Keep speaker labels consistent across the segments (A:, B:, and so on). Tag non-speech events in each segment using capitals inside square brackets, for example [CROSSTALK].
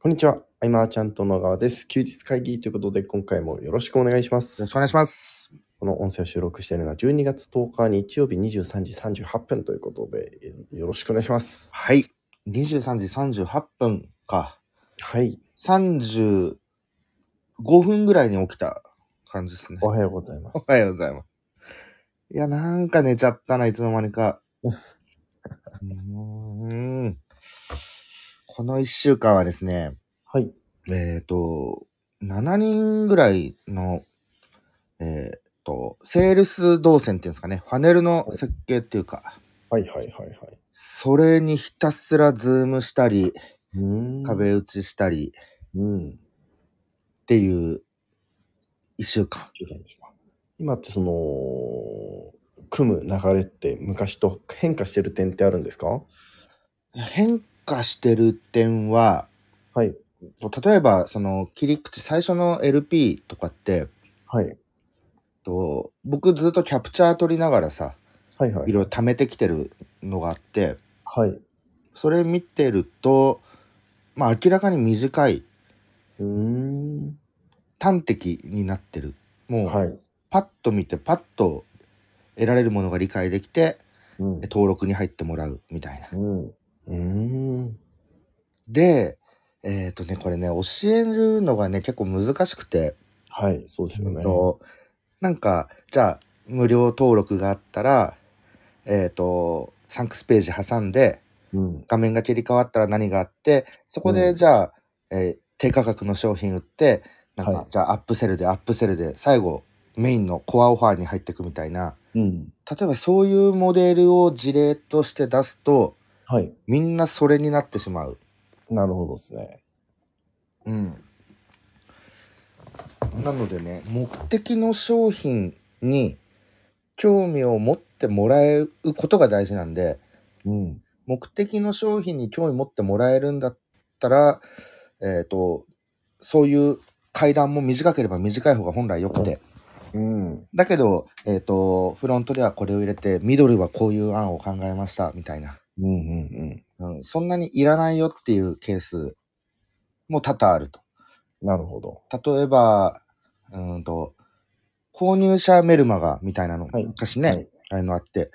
A: こんにちは。アイマーちゃんと野川です。休日会議ということで、今回もよろしくお願いしま
B: よろし
A: す
B: く。お願いします。
A: この音声を収録しているのは12月10日日曜日23時38分ということで、えよろしくお願いします。
B: はい。23時38分か。
A: はい。
B: 35分ぐらいに起きた感じですね。
A: おはようございま
B: お
A: す。
B: はようございます。いや、なんか寝ちゃったな、いつの間にか。うーん。この1週間はですね、
A: はい。
B: えっ、と、7人ぐらいの、えっ、と、セールス動線っていうんですかね、パネルの設計っていうか、
A: はいはいはいはい。
B: それにひたすらズームしたり、
A: うーん。
B: 壁打ちしたりっ
A: うん。
B: ていう一週間。
A: 今ってその、組む流れって昔と変化してる点ってあるんですか
B: 変化してる点は、
A: はい。
B: 例えばその切り口、最初の LP とかって、
A: はい。
B: と僕ずっとキャプチャー撮りながらさ、
A: はいはい
B: い。ろいろ貯めてきてるのがあって、
A: はい。う
B: それ見てると、まあ明らかに短い、
A: ーん。
B: 端的になってる。もう
A: はい。
B: パッと見て、パッと得られるものが理解できて、
A: うん。
B: 登録に入ってもらうみたいな。
A: うん。うーん。
B: で、えっ、とね、これね、教えるのがね、結構難しくて、
A: はい、そうですよね。
B: となんか、じゃあ、無料登録があったら、えっ、と、サンクスページ挟んで、
A: うん。
B: 画面が切り替わったら何があって、そこで、
A: うん
B: じゃあ、えー低価格の商品売って、なんか、
A: はい
B: じゃあ、アップセルで、アップセルで、最後、メインのコアオファーに入っていくみたいな、
A: うん。
B: 例えばそういうモデルを事例として出すと、
A: はい。
B: みんなそれになってしまう。
A: なるほどですね。
B: うん、なのでね目的の商品に興味を持ってもらえることが大事なんで
A: うん。
B: 目的の商品に興味持ってもらえるんだったらえっ、とそういう階段も短ければ短い方が本来良くて
A: うん。
B: だけど、えっとフロントではこれを入れてミドルはこういう案を考えましたみたいな、
A: うんうん
B: うん、そんなにいらないよっていうケースも多々あると。
A: うん。なるほど。
B: 例えば、うーんと、購入者メルマガみたいなの、
A: はい
B: 昔ね、
A: はい
B: あのあって、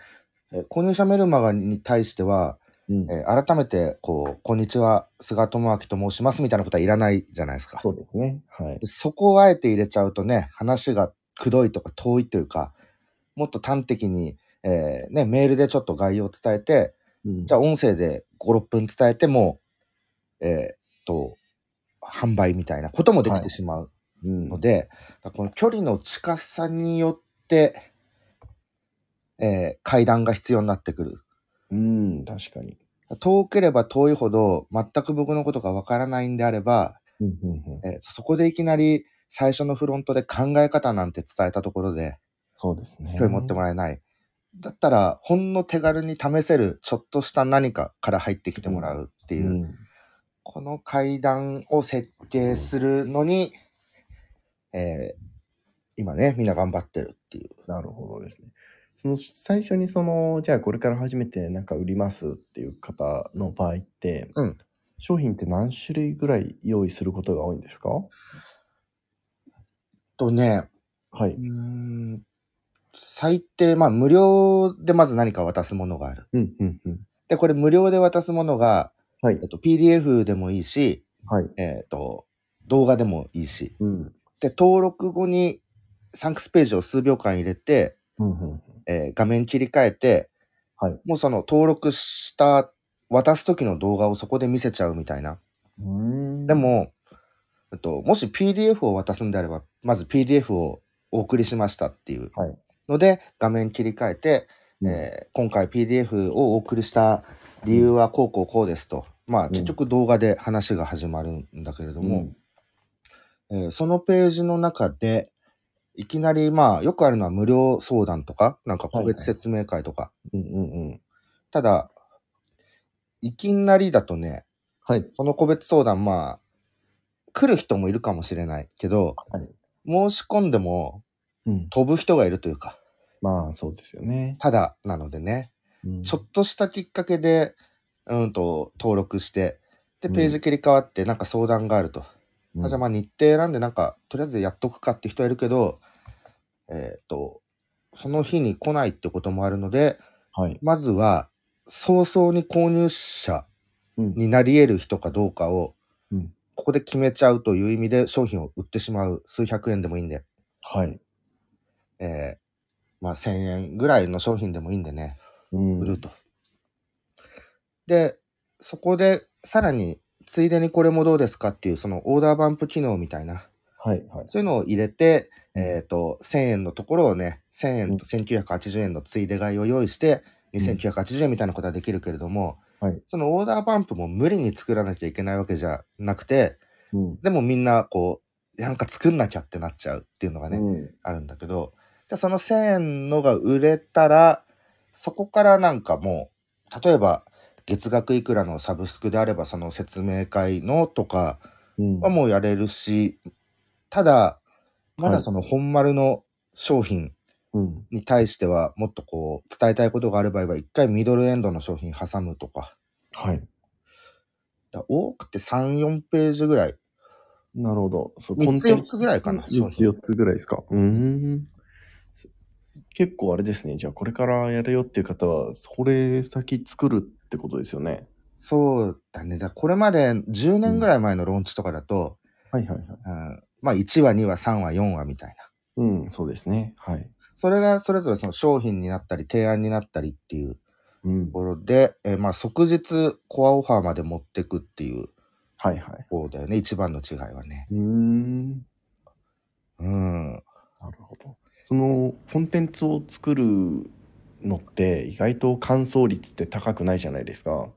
B: えー購入者メルマガに対しては、
A: うん
B: えー改めて、こう、こんにちは、菅智明と申しますみたいなことはいらないじゃないですか。
A: そうですね。はい
B: で。そこをあえて入れちゃうとね、話がくどいとか遠いというか、もっと端的に、えーね、メールでちょっと概要を伝えて、
A: うん
B: じゃあ音声で5、6分伝えても、えーっと、販売みたいなこともでき
A: は
B: て
A: い
B: しまう。
A: うん
B: ので、だからこの距離の近さによって、えー階段が必要になってくる。
A: うん、確かに。
B: 遠ければ遠いほど全く僕のことがわからないんであれば、
A: うんうんうん。
B: えーそこでいきなり最初のフロントで考え方なんて伝えたところで
A: そうですね。
B: 興味持ってもらえない。だったらほんの手軽に試せるちょっとした何かから入ってきてもらうっていう、
A: うん
B: この階段を設計するのに、えー今ねみんな頑張ってるっていう。
A: なるほどですね。その最初にその、じゃあこれから初めてなんか売りますっていう方の場合って、
B: うん
A: 商品って何種類ぐらい用意することが多いんですか
B: とね、
A: は
B: う
A: い
B: ー。ん最低、まあ無料でまず何か渡すものがある。
A: うんうんうん。
B: で、これ無料で渡すものが、
A: はい
B: えっ。と、PDF でもいいし、
A: はい。
B: えっと、動画でもいいし。
A: うん。
B: で、登録後にサンクスページを数秒間入れて、
A: うんうん。
B: えー画面切り替えて、
A: はい
B: もうその登録した、渡す時の動画をそこで見せちゃうみたいな。
A: うん
B: で、も、えっと、もし PDF を渡すんであれば、まず PDF をお送りしましたっていう
A: はい
B: ので、画面切り替えて、
A: うん
B: えー今回 PDF をお送りした理由はこうこうこうですと、まあ、
A: ん
B: 結局動画で話が始まるんだけれども、えーそのページの中で、いきなり、まあ、よくあるのは無料相談とか、なんか個別説明会とか、
A: うんうんうん。
B: ただ、いきなりだとね、
A: はい。
B: その個別相談、まあ、来る人もいるかもしれないけど、
A: はい。
B: 申し込んでも
A: うん。
B: 飛ぶ人がいるというか、
A: まあ、そうですよね。
B: ただなのでね、
A: うん
B: ちょっとしたきっかけで、うんと、登録して、で、ページ切り替わって、なんか相談があると。
A: うん
B: あじゃあまあ日程選んで、なんか、とりあえずやっとくかって人はいるけど、えっ、と、その日に来ないってこともあるので、
A: はい。
B: まずは、早々に購入者
A: うん
B: になり得る人かどうかを、
A: うん
B: ここで決めちゃうという意味で商品を売ってしまう数百円でもいいんで、
A: はい。
B: えーまあ1000円ぐらいの商品でもいいんでね、
A: うん
B: 売ると。で、そこでさらに、ついでにこれもどうですかっていう、そのオーダーバンプ機能みたいな、
A: はい。はい。
B: そういうのを入れて、
A: うん
B: えっ、と、1000円のところをね、1000円と1980円のついで買いを用意して、
A: ん
B: 2980円みたいなことはできるけれども、
A: はい
B: そのオーダーバンプも無理に作らなきゃいけないわけじゃなくて、
A: うん。
B: でもみんなこう、なんか作んなきゃってなっちゃうっていうのがね、
A: うん
B: あるんだけど、じゃあその1000円のが売れたら、そこからなんかもう、例えば月額いくらのサブスクであればその説明会のとか
A: うん。
B: はもうやれるし、ただ、まだ
A: はい
B: その本丸の商品
A: うん。
B: に対してはもっとこう伝えたいことがある場合は一回ミドルエンドの商品挟むとか、
A: はい。
B: だから多くて3、4ページぐらい、
A: なるほど。そう
B: 3つ4
A: コ
B: つ
A: ン
B: ぐらいかな、
A: テン
B: 商
A: ツ
B: 品。
A: 4つぐらいですか。うーん。結構あれですね。じゃあこれからやるよっていう方は、それ先作るってことですよね。
B: そうだね。だからこれまで10年ぐらい前のローンチとかだと、
A: はいはいはい。
B: うんまあ1話、2話、3話、4話みたいな。
A: うん、そうですね。はい。
B: それがそれぞれその商品になったり、提案になったりっていう
A: うん
B: と。ころで、えーまあ即日コアオファーまで持ってくっていう
A: はいはい。
B: 方だよね、一番の違いはね。
A: うーん。
B: うん。
A: なるほど。そのコンテンツを作るのって意外と完走率って高くないじゃないですか。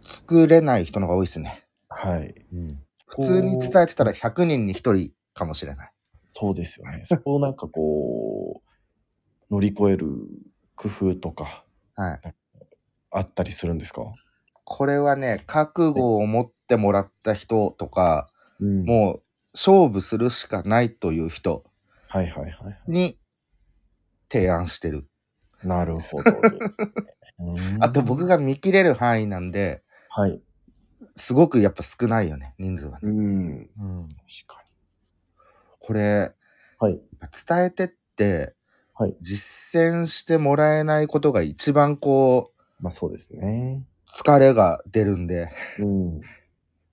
B: 作れない人の方が多いですね。
A: はい。
B: 普通に伝えてたら100人に1人かもしれない。
A: そうですよね。そこをなんかこう、乗り越える工夫とか
B: はい。
A: あったりするんですか
B: これはね、覚悟を持ってもらった人とか、
A: うんう。
B: もう勝負するしかないという人
A: はいはいはいはい。
B: に提案してる。
A: なるほどですね。 [LAUGHS] うーん
B: あと僕。が見切れる範囲なんで、
A: はい。
B: すごくやっぱ少ないよね、人数はね。
A: うん。
B: うん、
A: 確かに。
B: これ、
A: はい。
B: 伝えてって、
A: はい
B: 実践してもらえないことが一番こう、
A: まあそうですね。
B: 疲れが出るんで、
A: うん。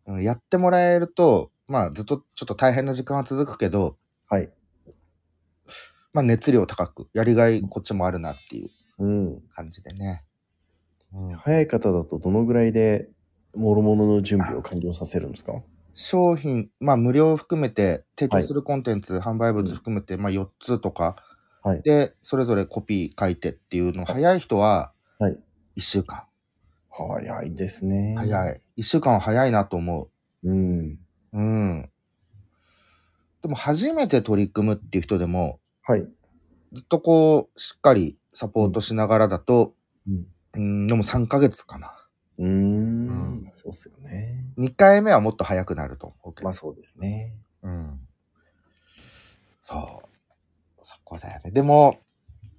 B: うんやってもらえると、まあずっとちょっと大変な時間は続くけど、
A: はい。
B: まあ熱量高く、やりがいこっちもあるなっていう
A: うん。
B: 感じでね。
A: 早い方だとどのぐらいで諸々の準備を完了させるんですか
B: 商品、まあ無料を含めて、提
A: はい
B: 供するコンテンツ、販売物含めて、まあ4つとか、
A: はい
B: で、それぞれコピー書いてっていうの、早い人は
A: はい。
B: 1週間。
A: 早いですね。
B: 早
A: い。
B: い。1週間は早いなと思う。
A: うん。
B: うん。でも初めて取り組むっていう人でも、
A: はい。
B: ずっとこう、しっかりサポートしながらだと、
A: うん。
B: うん、でも3ヶ月かな。
A: うーん。そうっすよね。
B: 2回目はもっと早くなると思うけど
A: まあそうですね。
B: うん。そう。そこだよね。でも、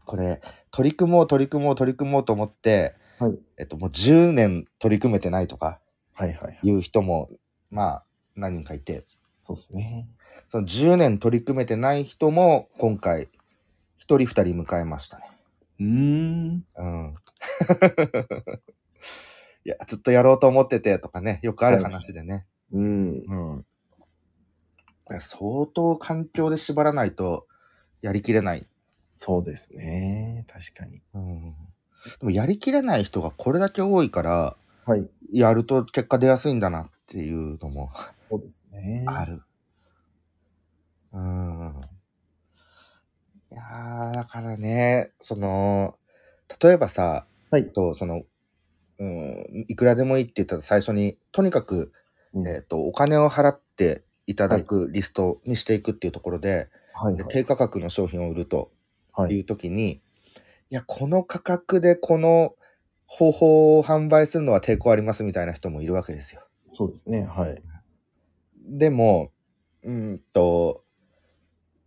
B: これ、取り組もう、取り組もう、取り組もうと思って、
A: はい
B: えっと、もう10年取り組めてないとか
A: はいはいはい。
B: いう人も、まあ、何人かいて、
A: そうですね。
B: その10年取り組めてない人も今回1人2人迎えましたね。
A: うーん。
B: うん。 [LAUGHS] いや、ずっとやろうと思っててとかね、よくある話でね。
A: うん。
B: うん。いや相当環境で縛らないとやりきれない。
A: そうですね。確かに。
B: うん。でもやりきれない人がこれだけ多いから、
A: はい。
B: やると結果出やすいんだなっていうのも
A: そうですね。
B: ある。うん。いやー、だからね、その、例えばさ、
A: はい
B: えっと、その、うん、いくらでもいいって言ったら最初に、とにかく、
A: うん
B: えっと、お金を払っていただくリストにしていくっていうところで、
A: はい
B: で
A: はい。
B: 低価格の商品を売ると
A: はいい。
B: う時に、いや、この価格でこの方法を販売するのは抵抗ありますみたいな人もいるわけですよ。
A: そうですね。はい。
B: でも、うーんと、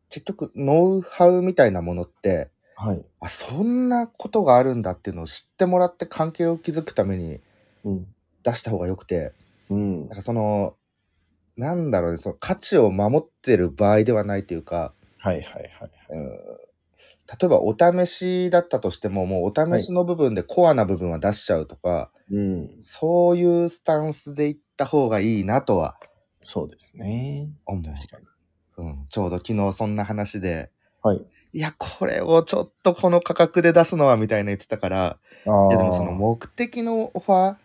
B: 結局、ノウハウみたいなものって、
A: はい。
B: あ、そんなことがあるんだっていうのを知ってもらって関係を築くために
A: うん。
B: 出した方が良くて、
A: うん
B: なん。かその、なんだろうね、その価値を守ってる場合ではないというか、
A: はいはいはい。
B: うん例えばお試しだったとしても、もうお試しの部分でコアな部分は出しちゃうとか、
A: うん。
B: そういうスタンスでいった方がいいなとは、
A: そうですね。
B: 思う
A: 確かに。
B: うん、ちょうど昨日そんな話で、
A: はい。
B: いや、これをちょっとこの価格で出すのはみたいな言ってたから、
A: ああ。
B: いやでもその目的のオファ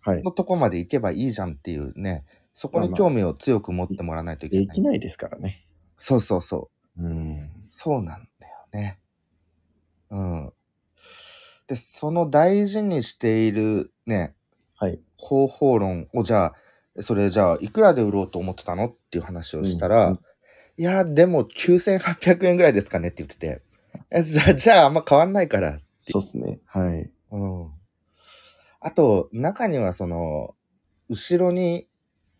A: はい
B: ー。のとこまで行けばいいじゃんっていうね、そこに興味を強く持ってもらわないといけ
A: で
B: な
A: き
B: い。
A: ないですからね。
B: そうそうそう。
A: うん。
B: そうなんだよね。うん。で、その大事にしているね、
A: はい。
B: 方法論をじゃあ、それじゃあ、いくらで売ろうと思ってたのっていう話をしたら、
A: うんうん
B: いや、でも9800円ぐらいですかねって言ってて、えじゃあ、じゃああんま変わんないから。
A: そうですね。はい。
B: うん。あと、中にはその、後ろに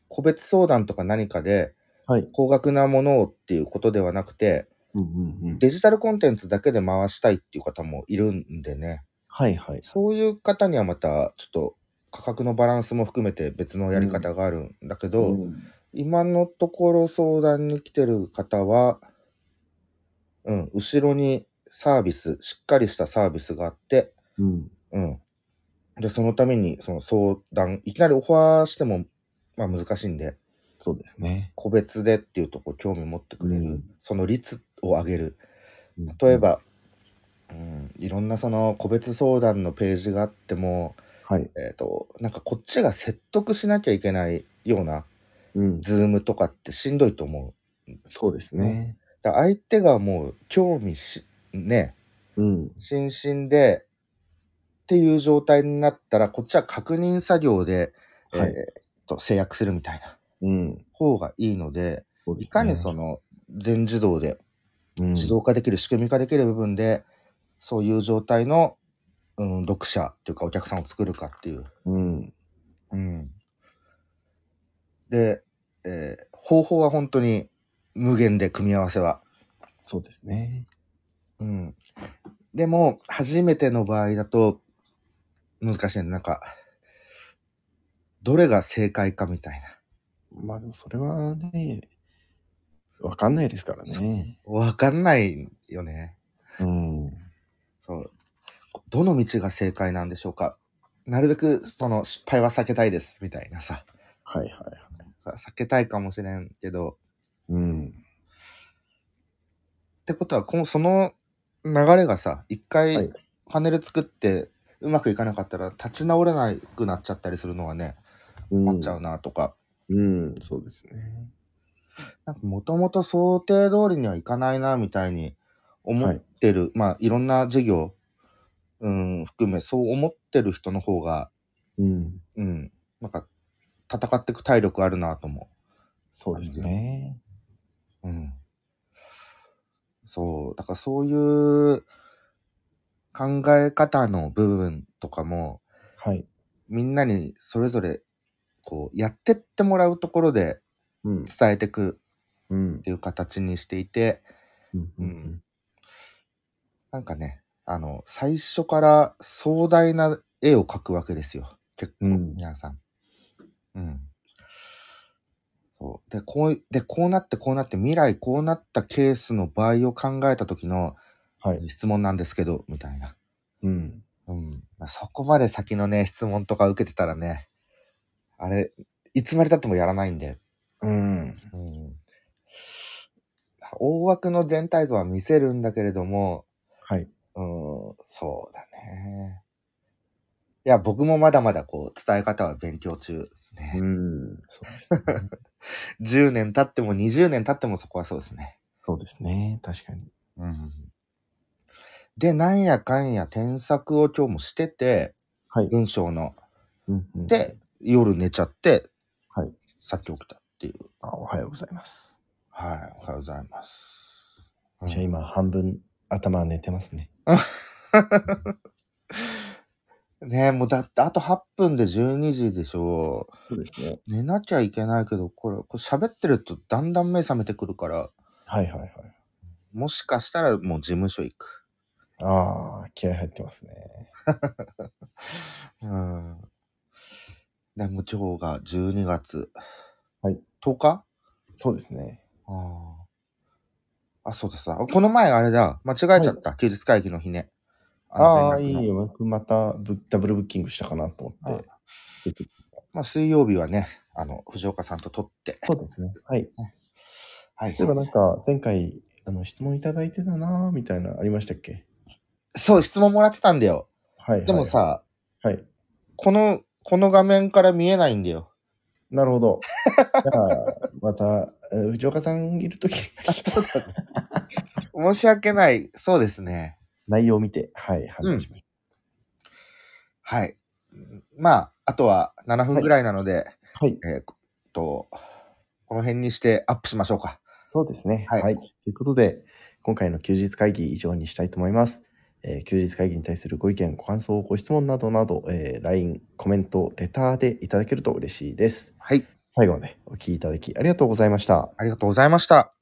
B: 個別相談とか何かで、
A: はい。
B: 高額なものをっていうことではなくて、
A: うんうんうん。
B: デジタルコンテンツだけで回したいっていう方もいるんでね、
A: はいはい。
B: そういう方にはまたちょっと価格のバランスも含めて別のやり方があるんだけど、
A: うん
B: 今のところ相談に来てる方は、うん、後ろにサービス、しっかりしたサービスがあって、
A: うん。
B: うん。で、そのためにその相談、いきなりオファーしても、まあ難しいんで、
A: そうですね。
B: 個別でっていうとこ興味持ってくれる、
A: うん
B: その率を上げる。
A: うん
B: 例え。ば、うん、いろんなその個別相談のページがあっても、
A: はい。
B: えっ、と、なんかこっちが説得しなきゃいけないような、
A: うん。
B: ズームとかってしんどいと思
A: そうですね。
B: う。だ相手がもう興味し、ね、
A: うん。
B: 心身で、っていう状態になったら、こっちは確認作業で、
A: はい
B: えーと、制約するみたいな
A: うん。
B: 方がいいので、
A: そうで
B: い
A: す
B: か
A: ね
B: にその、全自動で
A: うん
B: 自動化できる仕組み化できる部分でそういう状態の、うん、読者というかお客さんを作るかっていう。
A: うん。
B: うん、で、えー方法は本当に無限で組み合わせは。
A: そうですね。
B: うん、でも初めての場合だと難しいねなんかどれが正解かみたいな。
A: まあでもそれはね、わかんないですからね。
B: わかんないよね。
A: うん。
B: そう。どの道が正解なんでしょうかなるべくその失敗は避けたいですみたいなさ。
A: はいはいはい。
B: 避けたいかもしれんけど、
A: うん。
B: ってことは、この、その流れがさ、一
A: はい
B: 回パネル作って、うまくいかなかったら立ち直れなくなっちゃったりするのはね、
A: うん
B: なっちゃうなとか、
A: うん、そうですね。
B: なんかもともと想定通りにはいかないな、みたいに思ってる、まあいろんな授業、うん、含めそう思ってる人の方が、
A: うん。
B: うん、なんか戦っていく体力あるなと思う。
A: そうですね。
B: うん。そう、だからそういう考え方の部分とかも、
A: はい。
B: みんなにそれぞれ、こう、やってってもらうところで
A: うん。
B: 伝えてく
A: うん
B: っ。ていう形にしていて、
A: うんう
B: うんん。なんかね、あの、最初から壮大な絵を描くわけですよ。結構、
A: うん
B: 皆さん。うん。そう。で、こう、で、こうなって、こうなって、未来こうなったケースの場合を考えた時の、
A: はい。
B: 質問なんですけど、みたいな。
A: うん。
B: うん。そこまで先のね、質問とか受けてたらね、あれ、いつまで経ってもやらないんで。
A: うん。
B: うん。大枠の全体像は見せるんだけれども、
A: はい。
B: うん、そうだね。いや、僕もまだまだこう、伝え方は勉強中ですね。
A: うん。そうですね。
B: 10年経っても20年経ってもそこはそうですね。
A: そうですね。確かに。
B: うん。で、なんやかんや添削を今日もしてて、
A: はい。
B: 文章の。
A: うんうん、
B: で、夜寝ちゃって、
A: はい。
B: さっき起きたっていう。
A: あおはようございます。
B: はい、おはようございます。うん
A: じゃあ今、半分頭は寝てますね。
B: ねえ、もうだってあと8分で12時でしょ
A: そうですね。
B: う。寝なきゃいけないけど、これ、これ喋ってるとだんだん目覚めてくるから、
A: はいはいはい。
B: もしかしたらもう事務所行く。
A: ああ、気合入ってますね。
B: うん。でも今日が12月、
A: はい、
B: 10日
A: そうですね。
B: ああ。あ、そうですあこの前あれだ。間違えちゃった。休日会議の日ね。の
A: ああ、い
B: 連絡の
A: いよ。僕またブダブルブッキングしたかなと思って。
B: まあ、水曜日はね、あの、藤岡さんと撮って。
A: そうですね。はい。
B: はい
A: 例えばなんか、前回、あの、質問いただいてたなーみたいな、ありましたっけ
B: そう、質問もらってたんだよ。
A: はい、はい。
B: でも、さ、
A: はい。
B: この、この画面から見えないん
A: [LAUGHS]
B: だよ。
A: なるほど。じゃあ、また、えー藤岡さんいる [LAUGHS] とき、
B: 申し訳ない。そうですね。
A: 内容を見て、はい、話しまし
B: はい。まあ、あとは7分ぐらいなので、
A: ょう。はい。
B: えーっと、この辺にしてアップしましょうか。
A: そうですね。
B: は
A: はいい、ということで、今回の休日会議以上にしたいと思います。えー休日会議に対するご意見、ご感想、ご質問などなど、えー LINE、コメント、レターでいただけると嬉しいです。
B: はい。
A: 最後までお聞きいただきありがとうございました。
B: ありがとうございました。